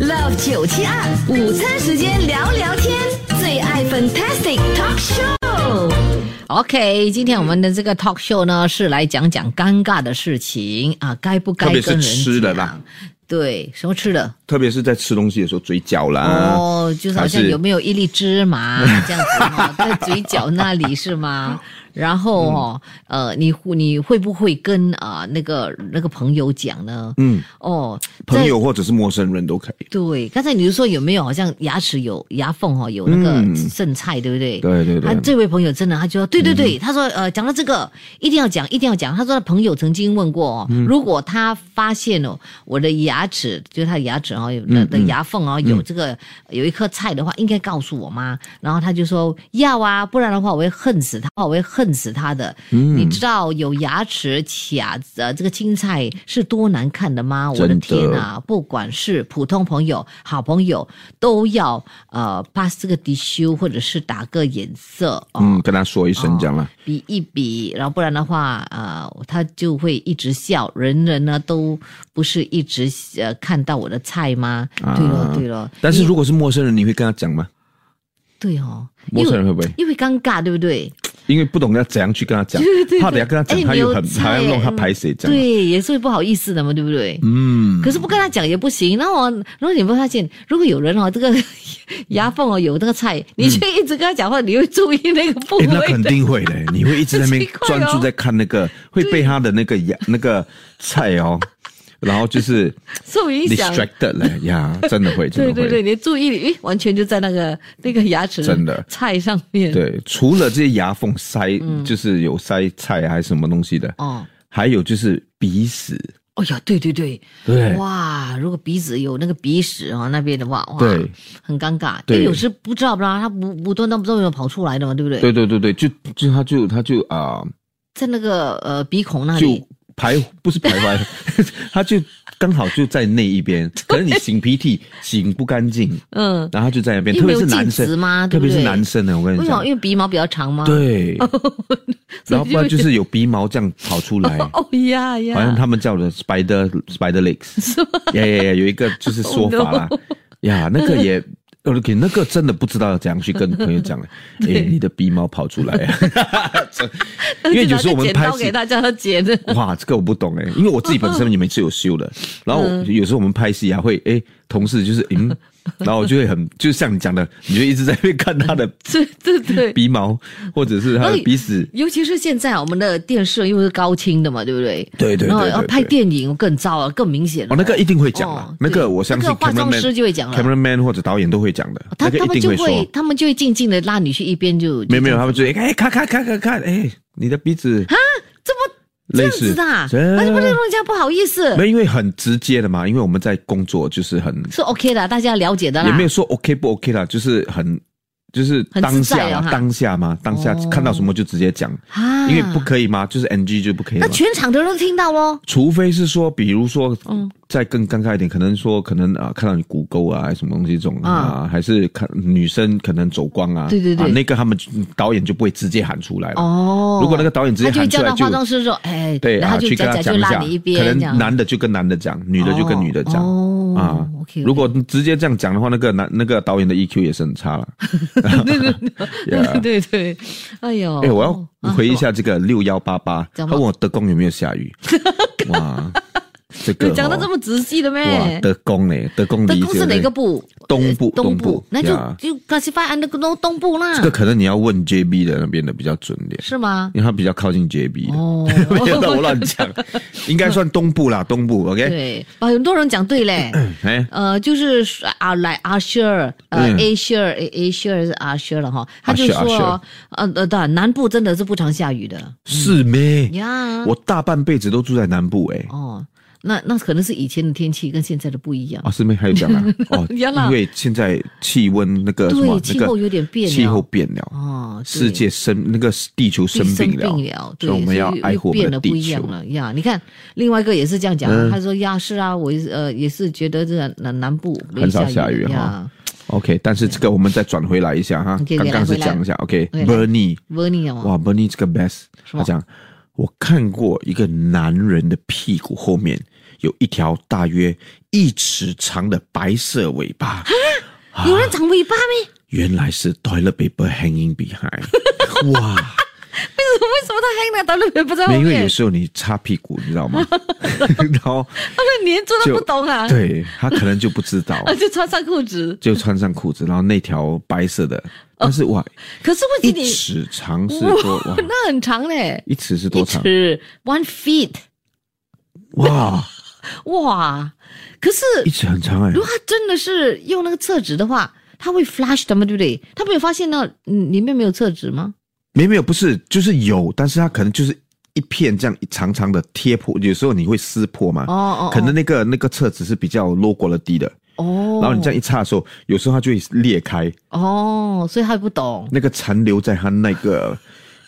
Love 九七二午餐时间聊聊天，最爱 Fantastic Talk Show。 OK，今天我们的这个 talk show 呢，是来讲讲尴尬的事情啊，该不该特跟别人是吃的啦讲？对，什么吃的？特别是在吃东西的时候，嘴角啦，哦，就是好像还是有没有一粒芝麻这样子哈、 在嘴角那里是吗？然后哦，呃，你会你会不会跟啊、那个那个朋友讲呢？嗯，哦，在朋友或者是陌生人都可以。对，刚才你就说有没有好像牙齿有牙缝哦，有那个嗯剩菜，对不对？对对嗯他对，啊这位朋友真的，他就说，对对对，他说，呃，讲到这个，一定要讲，一定要讲。他说，他朋友曾经问过哦，嗯如果他发现哦，我的牙齿，就是他的牙齿哦，有嗯的的牙缝哦，有这个有一颗菜的话，应该告诉我吗？然后他就说要啊，不然的话我会恨死他，我会恨死他的。嗯你知道有牙齿卡呃这个青菜是多难看的吗？我的真的天啊！不管是普通朋友、好朋友，都要呃 pass 这个 d i s u 或者是打个眼色哦。嗯，跟他说一声这样啦。比一比，然后不然的话，呃，他就会一直笑。人人呢都不是一直呃看到我的菜吗？啊对了对了，但是因如果是陌生人，你会跟他讲吗？对哦，陌生人因为会不会因为尴尬，对不对？因为不懂要怎样去跟他讲，怕等下跟他讲，哎他没有又很菜还要弄他嗯排谁这样。对，也是不好意思的嘛，对不对？嗯，可是不跟他讲也不行。然后我，然后你会发现，如果有人哦，这个 牙缝哦有那个菜，你却一直跟他讲话，你会注意那个部位，哎嗯那肯的。定会的，你会一直在那边奇怪哦专注在看那 个，会被他的那个牙那个菜哦，然后 就是受影响。 distracted 嘞呀，真的会，真对的对会。对，你的注意力诶完全就在那个那个牙齿真的菜上面。对，除了这些牙缝塞，就是有塞菜还是什么东西的，嗯哦，还有就是鼻屎，哎呀，对对对，对哇！如果鼻子有那个鼻屎啊那边的话，哇，对，很尴尬。对因为有时不知道不知道，它无无端端不知道有没有跑出来的嘛，对不对？对对对对，就就他就他就啊、在那个呃鼻孔那就里，徘不是徘 徊，他就刚好就在那一 边，可是你擤鼻涕擤不干净，嗯，然后他就在那边，因特为别是男没有净值生嘛对特不对别是男生呢，我跟为你什么？讲因，为鼻毛比较长吗？。对，然后不然就 就是有鼻毛这样跑出来。哦呀呀，好像他们叫的 spider spider legs，呀呀呀，有一个就是说法啦，Oh 呀，那个也，OK，那个真的不知道怎样去跟朋 友讲了，哎、你的鼻毛跑出来、啊，真因为有时候我们就拿拍个剪刀给戏，大家他剪的， 哇，这个我不懂哎、因为我自己本身你们是有修的，然后嗯有时候我们拍戏啊会，哎、同事就是嗯，然后我就会很，就像你讲的，你就一直在那边看他的对对对。鼻毛或者是他的鼻屎，尤其是现在啊我们的电视又是高清的嘛，对不对？对对对然后对对然后拍电影更糟啊，更明显了。哦，那个一定会讲啦，哦那对个我相信那个化 cameraman 妆师就会讲了哦 cameraman 或者导演都会讲的，他那个他们一定就会说。他们就会静静的拉你去一边就没有没有，他们就会哎，看看看看看，哎，你的鼻子啊，这么这类样子似的啊，真那就不能让人家不好意思，没，因为很直接的嘛，因为我们在工作就是很，是啊 OK 的，大家了解的啦。也没有说 OK 不 OK 啦，就是很就是很当自下在啊啦哈当下嘛，当下哦看到什么就直接讲，啊，因为不可以嘛，就是 NG 就不可以那嘛。全场的人都听到咯。除非是说，比如说，嗯再更尴尬一点，可能说，可能啊、看到你骨沟啊，还是什么东西这种啊，还是看女生可能走光啊，对对对啊那个他们就导演就不会直接喊出来了。哦，如果那个导演直接他就喊出叫来到就化妆师说，哎，对然啊，后就去跟假假他讲就一拉下你一，边，可这样能男的就跟男的讲，女的就跟女的讲。哦啊，OK，OK 如果直接这样讲的话，那个男那个导演的 EQ 也是很差了。 对对对，哎呦，哎、我要回一啊，下这个六幺八八，怎他么问我德公有没有下雨？ 哇，这是 个吗讲的哦这么仔细的哇，咩？德公嘞，德公德离公是这哪个部？东部呃东东部那就呀就 classify under 东东部啦这，个可能你要问 JB 的那边的比较准点，是 吗？因为他比较靠近 JB 的。哦没有，让我乱讲，应该算东部啦，东部。OK，对，啊，很多人讲对 嘞，哎，呃，就是说啊，来阿 s h e r 呃嗯，A s h e r A s h e r 是阿 s h e r 了哈，他就 Usher，说 Usher 哦，呃呃，对，南部真的是不常下雨的是咩？呀。我大半辈子都住在南部，哎，哦，那那可能是以前的天气跟现在的不一样啊，。是咩？还有 讲啊，哦，原来因为现在气温那个什对么，气候有点变那了个气候变了，哦，对世界生那个地球生病了，病了，对，所以我们要所以又爱护我变们得的不地一样球。嗯了呀。你看，另外一个也是这样讲啊，他说呀是啊，我也是呃也是觉得这南南部没很少下雨雨哈呀。 OK，但是这个我们再转回来一下哈， OK，刚刚是回来讲一下回来 OK，Bernie，温尼哦，哇，Bernie 这个 best，什么他讲我看过一个男人的屁股后面有一条大约一尺长的白色尾巴，有人长尾巴没？ 原来是 toilet paper hanging behind。哇！为什么为什么他还拿到那边不在后因为面有？时候你擦屁股，你知道吗？ 然后 他们连做都就不懂啊，对他可能就不知道，啊，就穿上裤子。就穿上裤子，然后那条白色的，但是哇，可哦是问一题你尺长是多哇？ 那很长嘞，一尺是一多长？尺 one feet，哇，哇！可是一尺很长哎、如果他真的是用那个厕纸的话，他会 flash 的嘛，对不对？他没有发现到嗯里面没有厕纸吗？没没有，不是，就是有，但是它可能就是一片这样长长的贴破，有时候你会撕破嘛。哦哦哦可能那个那个册子是比较 low 过了低的，哦，然后你这样一擦的时候，有时候它就会裂开，哦，所以他不懂。那个残留在它那个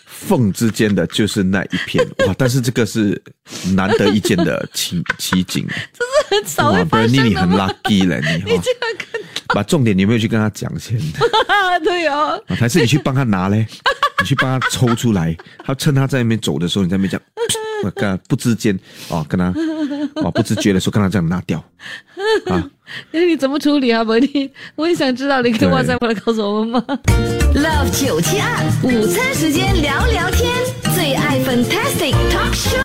缝之间的就是那一 片哇！但是这个是难得一见的奇奇景，很少哇会不发然你生你的很嘛。 lucky 了，你 你哈这。样看把重点你有没有去跟他讲先？他，对哦，啊还是你去帮他 拿嘞？你去帮他抽出来，他趁他在那边走的时候，你在那边讲， 我跟他不知间哦，跟他哦不知觉的时候，跟他这样拿掉啊。那你怎么处理啊，伯尼？我也想知道，你可以对哇塞过来告诉我们吗？ Love 九七二午餐时间聊聊天，最爱 Fantastic Talk Show。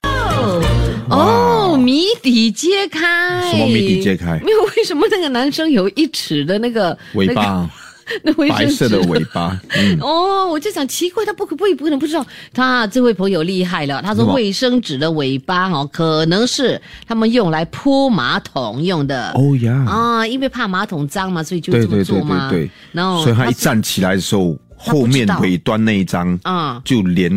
哦，谜底揭开，什么谜底揭开没有，为什么那个男生有一尺 的那个尾巴，那个、那卫生白色的纸尾巴， 嗯，哦，我就想奇怪，他不可不不可能不知道，他这位朋友厉害了，他说什么卫生纸的尾巴哦，可能是他们用来铺马桶用的。哦呀，啊，因为怕马桶脏嘛，所以就对这么对对做对嘛。对，然后所以他一是站起来的时候，不后面知道尾端那一张嗯就连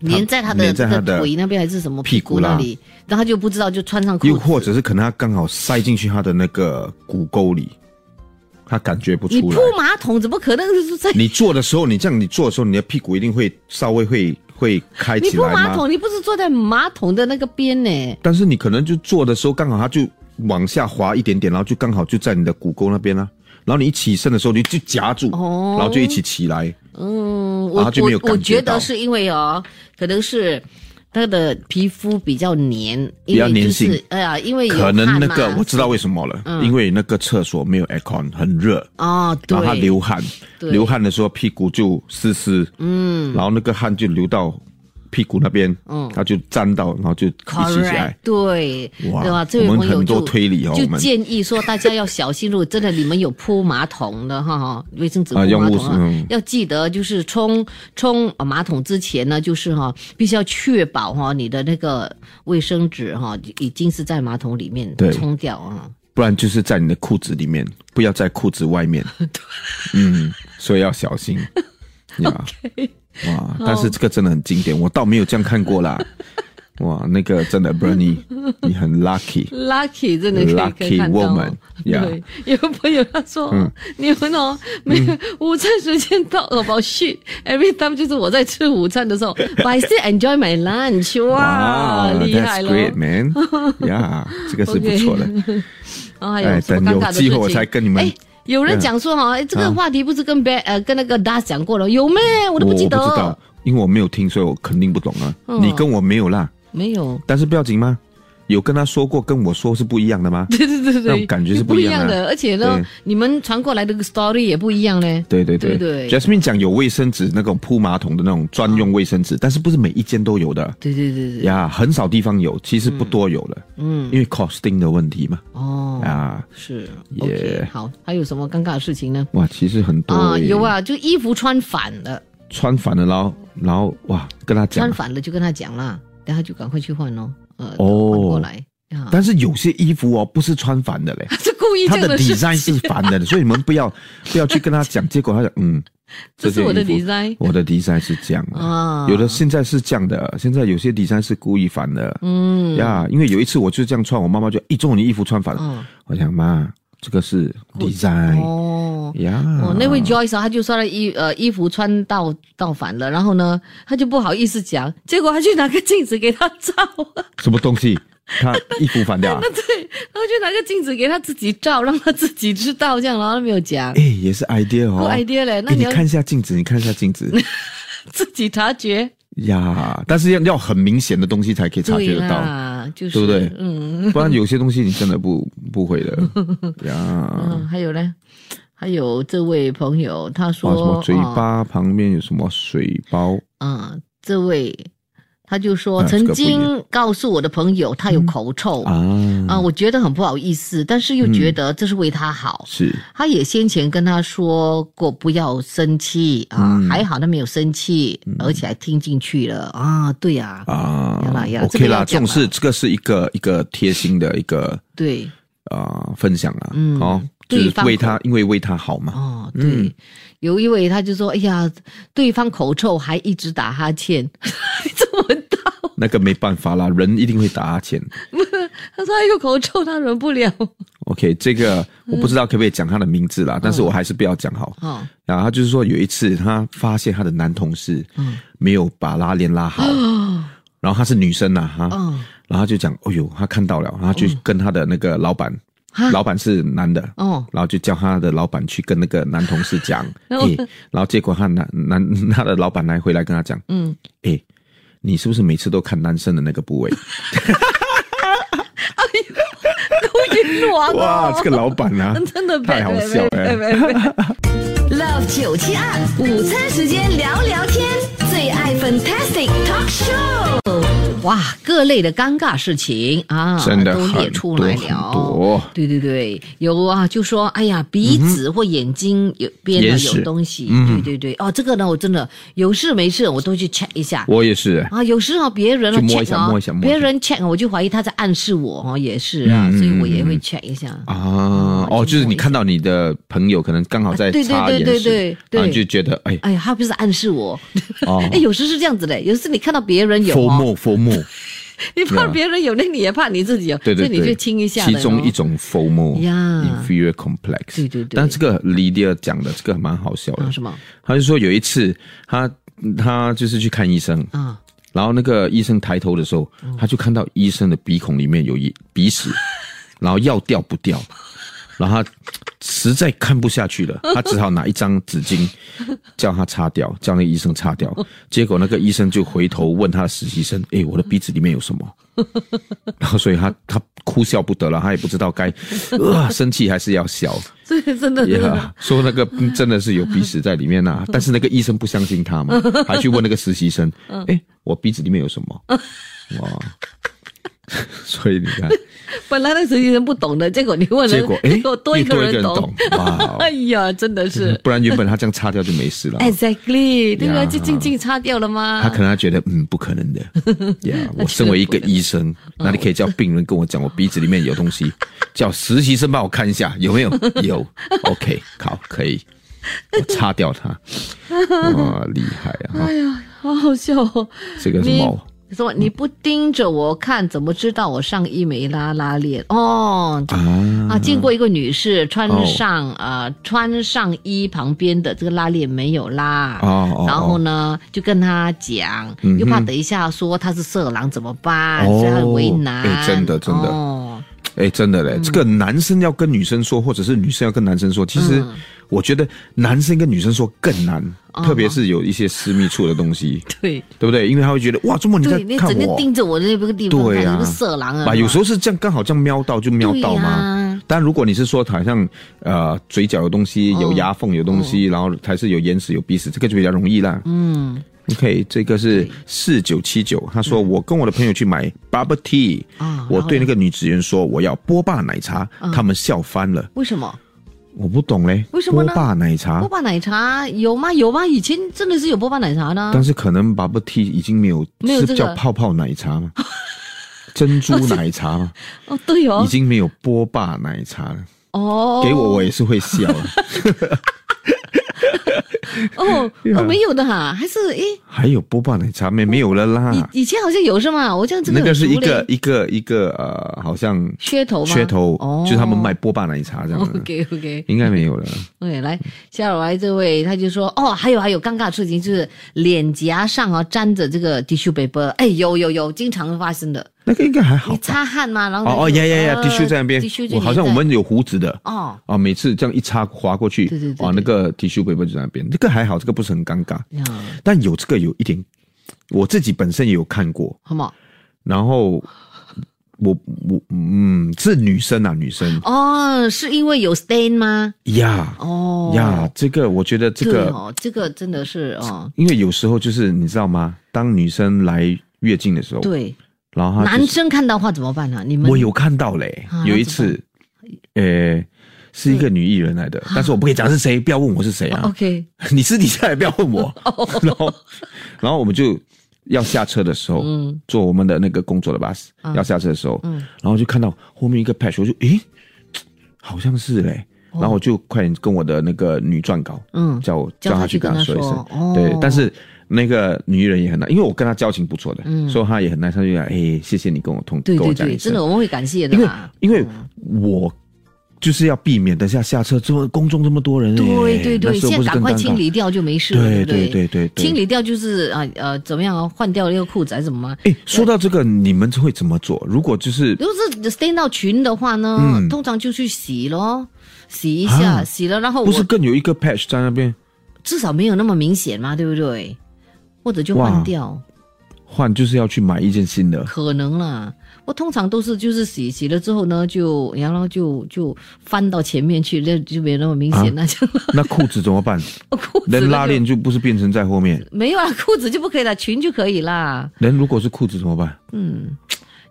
它粘在他的粘在他那个的腿那边还是什么屁股股那啦里，然后他就不知道就穿上裤子。又或者是可能他刚好塞进去他的那个骨沟里，他感觉不你出铺来。马桶怎么可能是在你坐的时候，你这样你坐的时候，你的屁股一定会稍微会会开你起铺来马吗？桶，你不是坐在马桶的那个边呢？但是你可能就坐的时候，刚好它就往下滑一点点，然后就刚好就在你的骨沟那边啦、然后你一起身的时候，你就夹住，哦然后就一起起来。嗯，然我后就没有我我感觉觉得到是因为哦，可能是他的皮肤比较黏，比较因为就粘性是哎呀，因为有可能汗那嘛个我知道为什么了，因为那个厕所没有 aircon，很热，哦，对然后它流汗，对流汗的时候屁股就湿湿，嗯，然后那个汗就流到屁股那边，嗯，它就沾到，然后就一起起，correct，来。对，哇对吧？这位我们朋友很就多推理哦就我们建议说大家要小心，如果真的你们有铺马桶的哈哈，卫生纸铺啊用马物桶啊嗯要记得就是冲冲呃马桶之前呢，就是哈，必须要确保哈你的那个卫生纸哈已经是在马桶里面对冲掉啊。不然就是在你的裤子里面，不要在裤子 外面。嗯，所以要小心。呀哇！但是这个真的很经典，我倒没有这样看过 啦。哇，那个真的 Bernie，你很 lucky。 Lucky 真的可以 Lucky 可以看到哦 woman，yeah 嗯对，有朋友他说，你们哦，没有、午餐时间到了吧？Shit，every time 就是我在吃午餐的时候 ，but I still enjoy my lunch，哇， Wow, 厉害 that's 了！great man！呀，这个是不错的。啊，还有哎，什么尴等有尬的事机情？会我才跟你们嗯哎。有人讲说哈，哎，这个啊话题不是跟 b 呃跟那个 Das 讲过了，有没？我我都不不记知得，道，因为我没有听，所以我肯定不懂啊。嗯你跟我没有啦，没有。 但是不要紧吗？有跟他说过，跟我说是不一样的吗？对对对那对，种感觉是不不一一样的的，而且呢对，你们传过来的 story 也不一样嘞。对对对对对 j a s m i n e 讲有卫生纸那种铺马桶的那种专用卫生纸，但是不是每一间都有的对对对对，呀，很少地方有，其实不多有的，嗯，因为 costing 的问题嘛哦，啊，是 Yeah OK，好，还有什么尴尬的事情呢？哇，其实很多啊，欸有，啊，就衣服穿反了，穿反了，然后然后哇，跟他讲穿，反了就跟他讲啦，然后就赶快去换咯，呃，哦换过来啊， 但是有些衣服哦不是穿反的嘞，是故意它这样的事 design 是情，反的，所以你们不要不要去跟他讲，结果他讲嗯， 这是我的件衣服 design 我的 design 是这样的啊有的现在是这样的，现在有些 design 是故意反的，嗯，呀因为有一次我就这样穿，我妈妈就一中你衣服穿反了，嗯我想妈，这个是 design 哦。呀。哦，那位 Joyce 啊他就说了衣呃衣服穿到到反了，然后呢，他就不好意思讲，结果他去拿个镜子给他照， 什么东西？他衣服反掉、啊？对，然后就拿个镜子给他自己照，让他自己知道这样，然后没有讲哎、，也是 idea 不哦。 idea 嘞，那哎你你要看一下镜子，你看一下镜 子自己察觉。呀但是要要很明显的东西才可以察对觉得到。啦，啊，就是对不对嗯不然有些东西你真的不不 会的呀。嗯，还有呢，还有这位朋友他哇，什么说，嘴啊巴旁边有什么水包？嗯，这位他就说啊这曾个不一样经告诉我的朋友他有口臭啊嗯啊，我觉得很不好意思，但是又觉得这是为他好。是他也先前跟他说过不要生气啊，嗯还好他没有生气，而且还听进去了啊。对呀、啊，啊要啦要啦这，OK 个要啦，这讲啦种事这个是一个一个贴心的一个对，啊分享啦，嗯哦，就对是方为口他，因为为他好嘛，哦，对，有一位他就说，哎呀，对方口臭还一直打哈欠， 这么大，那个没办法啦，人一定会打哈欠。他说他有口臭，他忍不了。 OK，这个我不知道可不可以讲他的名字啦，但是我还是不要讲好。哦，然后他就是说有一次他发现他的男同事嗯没有把拉链拉 好，然后她是女生呐、哈，嗯然后他就讲，哦呦，他看到了，然后就跟他的那个老板，哈老板是男的，哦，然后就叫他的老板去跟那个男同事 讲，诶，然后结果他男男他的老板来回来跟他讲，嗯，诶，你是不是每次都看男生的那个 部位？勾引王，哇，这个老板啊 真的太好笑了。 Love 九七二午餐时间聊聊天，最爱 Fantastic Talk Show。哇，各类的尴尬事情啊，真的都很列出来多很了多。对对对，有啊，就说哎呀，鼻子或眼睛有边呢也有是东西，嗯对对对，哦，这个呢，我真的有事没事我都去 check 一下。我也是，啊，有时候别人啊就摸一 check 下啊摸一下摸一下别人 check 啊我就怀疑他在暗示我哦，也是啊，嗯嗯所以我也会 check 一下。啊，哦，就是你看到你的朋友可能刚好在嗯啊对对擦对眼对屎对对然后你就觉得哎，哎呀，他不是暗示我，哦 哎，有时是这样子的，有时你看到别人有佛哦，目佛 目，你怕对啊别人有，那你也怕你自己有，对对所对，以你就亲一下的哦其咯。中一种 FOMO 呀 inferior complex，对对对但这个 Lydia 讲的这个蛮好笑啊的，什么他就说有一次他他就是去看医生，啊， 然后那个医生抬头的时候，他就看到医生的鼻孔里面有一鼻屎，然后要掉不掉，然后他实在看不下去了，他只好拿一张纸巾叫他擦掉，叫那个医生擦掉。结果那个医生就回头问他的实习生：“诶，我的鼻子里面有什么？”然后所以他他哭笑不得了，他也不知道该啊生气还是要笑。所以真的呀， 说那个嗯真的是有鼻屎在里面呐、啊 但是那个医生不相信他嘛，还去问那个实习生，嗯哎，我鼻子里面有什 么？哇， 所以你看，本来那实习生不懂的，结果你问了，结果哎， 结果多一又个多人一个人懂， 哇哦哎，呀，真的是不然原本他这样擦掉就没事了。哎 exactly，对啊，哦呀就静静擦掉了吗？他可能他觉得嗯不 可能的，呀、我身为一个医生，嗯哪里可以叫病人跟我讲我鼻子里面有东 西？叫实习生帮我看一下有没有？有，OK，好，可以，我擦掉 它。哇，厉害啊！哈好好笑哦。这个什你么？说你不盯着我看，怎么知道我上衣没拉拉链？哦。啊，啊，见过一个女士穿哦上啊、呃穿上衣旁边的这个拉链没有拉，哦哦嗯然后呢就跟她讲，又怕等一下说她是色狼怎么办，哦所以她很为难。哎真的真的哦，哎，真的嘞，这个男生要跟女生说，或者是女生要跟男生说，其实嗯我觉得男生跟女生说更难，特别是有一些私密处的东西，对对不对？因为他会觉得哇，这么你在对，你看整天我，盯着我的那个地方看，对你啊不是色狼啊？啊，有时候是这样，刚好这样瞄到就瞄到对嘛呀。但如果你是说好像呃嘴角有东西，有牙缝有东西，然后还是有眼屎有鼻屎，这个就比较容易啦。嗯 OK，这个是四九七九，他说我跟我的朋友去买 bubble tea，、啊我对那个女职员说我要波霸奶茶，他们笑翻了。为什么？我不懂嘞，嗯为什么呢波霸奶茶波，霸奶茶有吗？有吗？以前真的是有波霸奶茶呢。但是可能 bubble tea 已经没有，没有这个是叫泡泡奶茶吗？珍珠奶茶吗？哦，对 哦已，经没有波霸奶茶了，哦，给我我也是会笑啊 了。 哦， Yeah 哦，没有的哈，还是诶，还有波霸奶茶没没有了啦？以以前好像有是吗？我这样这啊那个是一个很熟嘞一个一个呃，好像噱头吗？噱头，哦，就是他们 卖波霸奶茶这样的， OK OK 应该没有了。 OK，来，下来这位他就说，哦，还有还有尴尬的事情就是脸颊上啊沾着这个 tissue paper，哎，有有有，经常发生的。那个应该还好你吧？擦汗嘛，然后哦哦呀呀呀呃，tissue 在那边 tissue，就我好像我粘在们有胡子的。哦，啊，每次这样一擦划过去，对对对哇，对那个 tissue paper 就在那边，这个还好，这个不是很尴尬，呀，但有这个有一点，我自己本身也有看过，好吗？然后我我嗯，是女生啊，女生哦，是因为有 stain 吗？呀哦，呀，这个我觉得这对个，哦，这个真的是哦，因为有时候就是你知道吗？当女生来月经的时候，对，然后她啊就男是生看到话怎么办啊呢、你们我有看到嘞啊，有一那怎么次，呃，是一个女艺人来啊的，但是我不可以讲是谁，不要问我是谁 啊， OK 你私底下也不要 问我。然后，然后我们就要下车的时候，嗯啊坐我们的那个工作的 bus，、要下车的时候，然后就看到后面一个 patch，我就诶，好像是嘞。然后我就快点跟我的那个女撰稿，哦嗯叫我叫叫她她去去跟跟她她说一声说，哦对，但是那个女艺人也很难，因为我跟她交情不错的，所以她也很难，她就讲，哎，谢谢你跟我通，嗯对跟我对讲一对，声真的，我们会啊感谢的因为啦。因为我就是要避免等下下车之后公众这么多人，对哎对那对，时候现不在赶是更快尴尬清理掉就没事了，对不对对对对对清理掉就是啊呃怎么样啊，换掉那个裤子还是怎么吗？啊哎，说到这个，你们会怎么做？如果就是如果是 stain 到裙的话呢，嗯通常就去洗咯，洗一下，啊洗了然后不是我更有一个 patch 在那边至少没有那么明显嘛，对不对？或者就换哇掉，换，就是要去买一件 新的可能啦。我通常都是就是洗洗了之后呢，就然后就就翻到前面去，那就没有那么明显了，就那裤子怎么办？裤子人了啊拉就链就不是变成在后面， 没有啊，裤子就不可以了，裙就可以啦。人如果是裤子怎么办？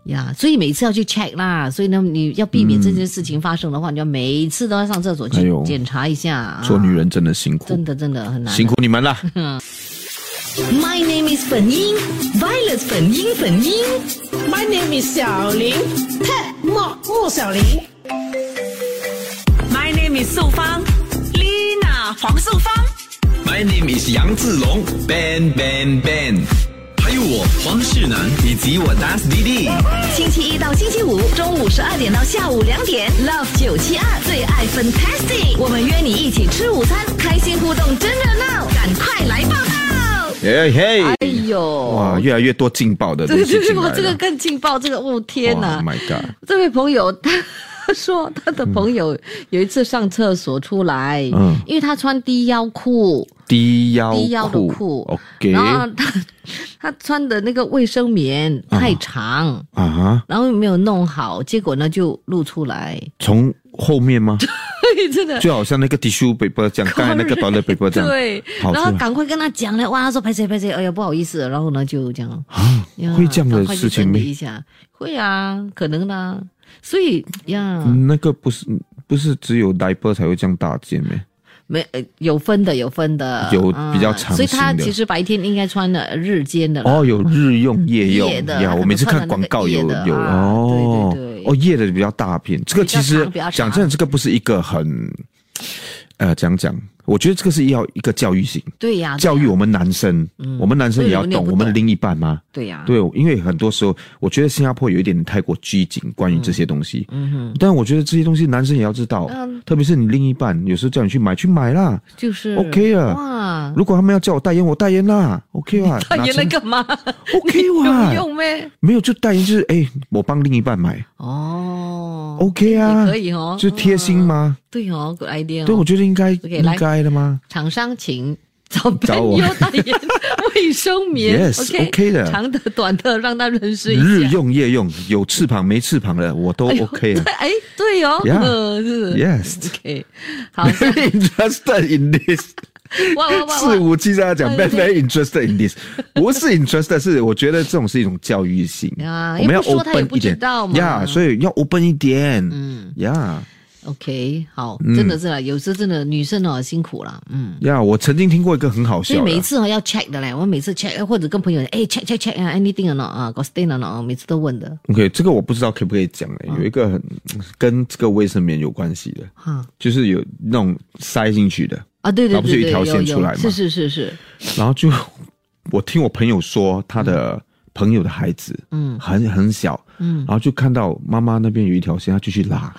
呀所以每次要去 check 啦，所以呢，你要避免这件事情发生的话，你要每次都要上厕所哎去呦检查一下。啊做女人真的辛苦真，的真的很难。辛苦你 们了。 My name is 粉英，Violet 粉英粉英。 My name is 小林，Ted 莫莫小林。 My name is 素芳，Lina 黄素芳。 My name is 杨志龙，Ben Ben Ben，还有我黄世南以及我 Das DD。星期一到星期五中午十二点到下午两点，Love 九七二最爱 Fantastic，我们约你一起吃午餐，开心互动真热闹，赶快来报道！嘿嘿，哎呦，哇，越来越多劲爆的东对西对对，进我来这个了。更劲爆，这个哦天哇，Oh 哪！ ，My God！这位朋友他他说他的朋友有一次上厕所出来，嗯因为他穿低腰裤，低腰低腰的裤裤，OK 然后他他穿的那个卫生棉太长。啊哈，然后没有弄好，结果呢就露出 来，从后面吗？真 的就好像那个 tissue paper 这样，刚才那个 toilet paper 这样，对，跑然出后来赶快跟他讲了，哇，他说拍谁拍谁，哎呀不好意思，然后呢就这 样，啊呀，会这样赶的快去事情整理没一？下，会啊，可能啦，所以呀，那个不是不是只有 diaper 才会这样大件咩？没呃有分的，有分的，有啊比较长所以他型的其实白天应该穿的日间的啦哦，有日用、夜用夜的呀，他我可每能次穿的看那广个告夜有的有啊哦对对对哦，夜的比较大片。这个比较其实长比较讲真长的，这个不是一个很呃讲讲，我觉得这个是要一个教育性，啊对呀，教育我们男生，我们男生也对要我们也懂不我们的懂另一半吗？对呀，对，因为很多时候，我觉得新加坡有一点太过拘谨关于这些东西。嗯哼，但我觉得这些东西男生也要知道，嗯特别是你另一半，有时候叫你去买，去买啦。就是 OK 啊哇，如果他们要叫我代言，我代言啦，OK 啊，他 原来 拿钱干嘛？OK 有哇，用咩？没有就代言就是哎，我帮另一半买哦，OK 啊，也可以哦就贴心吗？对哦，good idea 哦。对，我觉得应该 OK，来应该的吗？厂商请 找找朋我友代言卫生棉 Yes，OK 的长的短的让他认识一下。日用夜用，有翅膀没翅膀的我都哎呦 OK 啊对，哎，对哦 Yeah 嗯是 Yes OK，好， Very interested in this。哇哇哇四哇，五七在讲 very very interested in this，不是 interested，是我觉得这种是一种教育性啊我们要因为不说他也 open 不一知点道嘛呀所以要 open 一点，嗯呀 OK，好，嗯真的是啦，有时真的女生哦辛苦了，嗯。呀，我曾经听过一个很好所以笑每一的，次哦要 check 的嘞，我每次 check 或者跟朋友哎 check check check 啊，anything or not 啊，got stain or not，啊每次都问的 OK，这个我不知道可不可以讲哦诶、有一个很跟这个卫生棉有关系的，哈就是有那种塞进去的，啊，对对那不是对有对，一条有线出来有，吗是是是是，然后就我听我朋友说，他的朋友的孩子，嗯，很很小，嗯，然后就看到妈妈那边有一条线，他就去拉，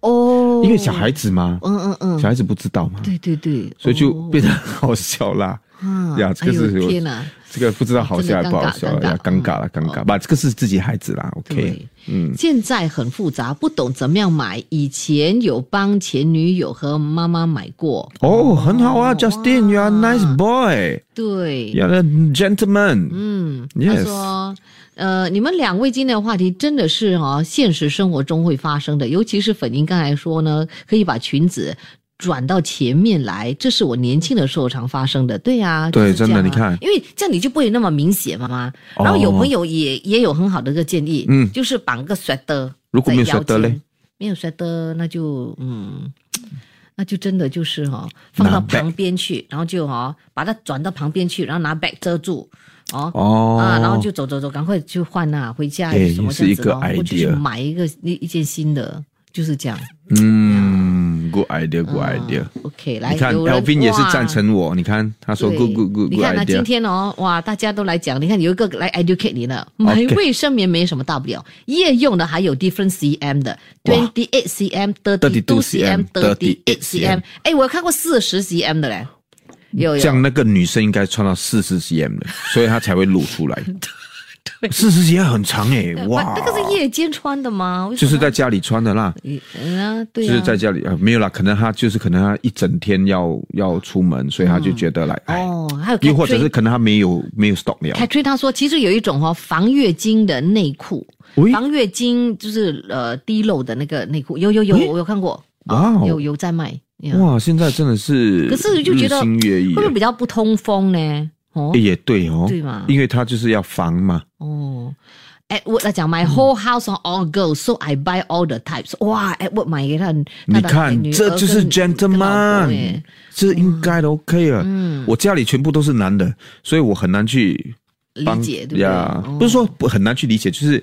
哦，因为小孩子嘛，嗯嗯嗯，小孩子不知道嘛，对对对，所以就哦变得很好笑啦。 啊呀，这个哎呦是有天哪，这个不知道好笑还不好笑，哎真的呀尴尬尴嗯尬了，尴尬。吧，这个是自己孩子啦，OK 对。，嗯，现在很复杂，不懂怎么样买。以前有帮前女友和妈妈买过，哦，很好啊，Justin，you are a nice boy，you 对 are a gentleman。嗯，他 Yes 说，呃，你们两位今天的话题真的是哦，现实生活中会发生的，尤其是粉英刚才说呢，可以把裙子。转到前面来，这是我年轻的时候常发生的。对啊，对就是这样啊真的你看因为这样你就不会那么明显嘛嘛。哦然后有朋友也也有很好的一个建议，嗯就是绑个 sweater，如果没有在腰 sweater 间嘞，没有 sweater，那就嗯，那就真的就是哈、哦，放到拿 bag 旁边去，然后就哦，把它转到旁边去，然后拿 bag 遮住，哦。哦，啊，然后就走走走，赶快去换啊，回家哎什么这也是样一子个咯或者去 idea 买一个一一件新的，就是这样。嗯，good idea，good 啊 idea。 OK，来，你看有人，Alvin 也是哇赞成我，你看他说对 good good good 你 good 看呢、今 idea。天哦，哇，大家都来讲，你看有一个来 educate 你啊了，买 OK 卫生棉没什么大不了，夜用的还有 different cm 的哇，twenty eight cm、thirty two 32 cm cm、 thirty eight 38 cm， cm 哎，我有看过四十 cm 的嘞，有有这样那个女生应该穿到四十 cm 的，所以她才会露出来。四十 cm 很长 哎、哇！那个是夜间穿的吗？为什就么是在家里穿的啦，嗯啊，对就啊，是在家里啊、呃没有啦，可能她就是可能她一整天要要出门，所以她就觉得来，哎、哦，还有又或者 Catherine- 是可能她没有没有 stock 了凯。吹他说，其实有一种哦，防月经的内裤，喂防月经就是呃滴漏的那个内裤，有有有，喂我有看过，哇哦有有在卖。呀哇，现在真的是，可是就觉得日新月会异不。会比较不通风呢？哦哎也对哦，对嘛因为她就是要防嘛。哦。Edward 来讲，My whole house on all girls, so I buy all the types。哇，Edward 买给他，你他的看，女儿这就跟是跟老欸婆哎嗯耶 gentleman，这应该的 OK 啊。我家里全部都是男的，所以我很难去帮理解，对不对？呀哦不是说不很难去理解，就是，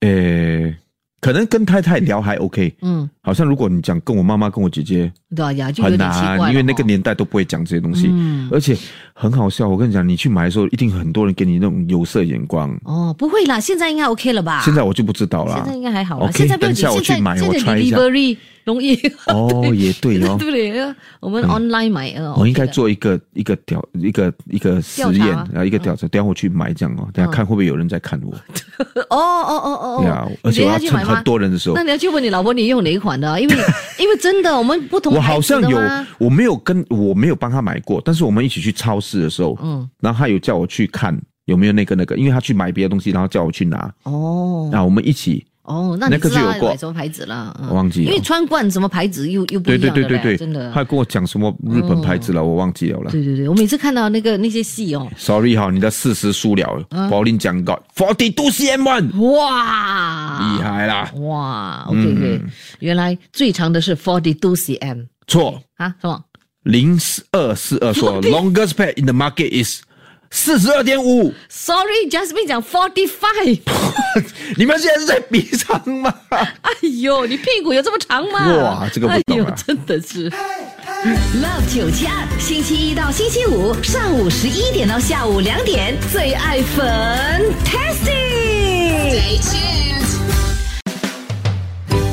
呃，可能跟太太聊还 OK，嗯，好像如果你讲跟我妈妈、跟我姐姐，对啊呀，就有很点奇怪了难，哦，因为那个年代都不会讲这些东西，嗯而且很好笑。我跟你讲，你去买的时候，一定很多人给你那种有色眼光。哦，不会啦，现在应该 OK 了吧？现在我就不知道啊现啦在。应该还好啦。 OK，现在不要等一紧，下我现在去买现我在 try 一下 delivery 容易，哦，也 对对哦不，对？我们 online 买呃，嗯我 OK 应该的做一个一个调一个一个实调查嗯验啊，一个调查，等一下我去买这样哦，等一下看会不会有人在看我。哦哦哦哦呀哦，，而你等且我一下要去趁买吗很多人的时候那，你要去问你老婆，你用哪一款的啊？因为因为真的，我们不同我牌好子像的有嘛，我没有跟我没有帮他买过，但是我们一起去超市的时候，嗯嗯，然后他有叫我去看有没有那个那个，因为他去买别的东西，然后叫我去拿，哦啊，我们一起，哦，那你那个知道就有要过买什么牌子啦？嗯我忘记了因为穿惯什么牌子又又不对一对样对的嘞对对，真的嗯他。跟我讲什么日本牌子了，我忘记了啦。对对对，我每次看到那个那些戏哦， Sorry 哈，你的事实输了，嗯柏林讲到 forty two cm one，哇，厉害啦，哇，OK OK，原嗯来最长的是 forty two cm 错啊，什么？零二四二 说 longest pair in the market is 四十二点五， Sorry，Jasmine 讲 forty five。你们现在是在比上吗？ 哎呦，你屁股有这么长吗？哇这个不懂啊哎呦，真的是。 Love 九七二，星期一到星期五上午十一点到下午两点，最爱粉 Tasty。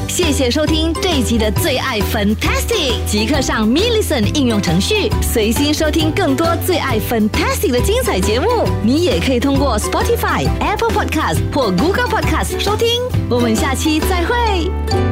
谢谢收听这一集的最爱 Fantastic，即刻上 m i l l i c e n 应用程序，随心收听更多最爱 Fantastic 的精彩节目。你也可以通过 Spotify、Apple Podcast 或 Google Podcast 收听。我们下期再会。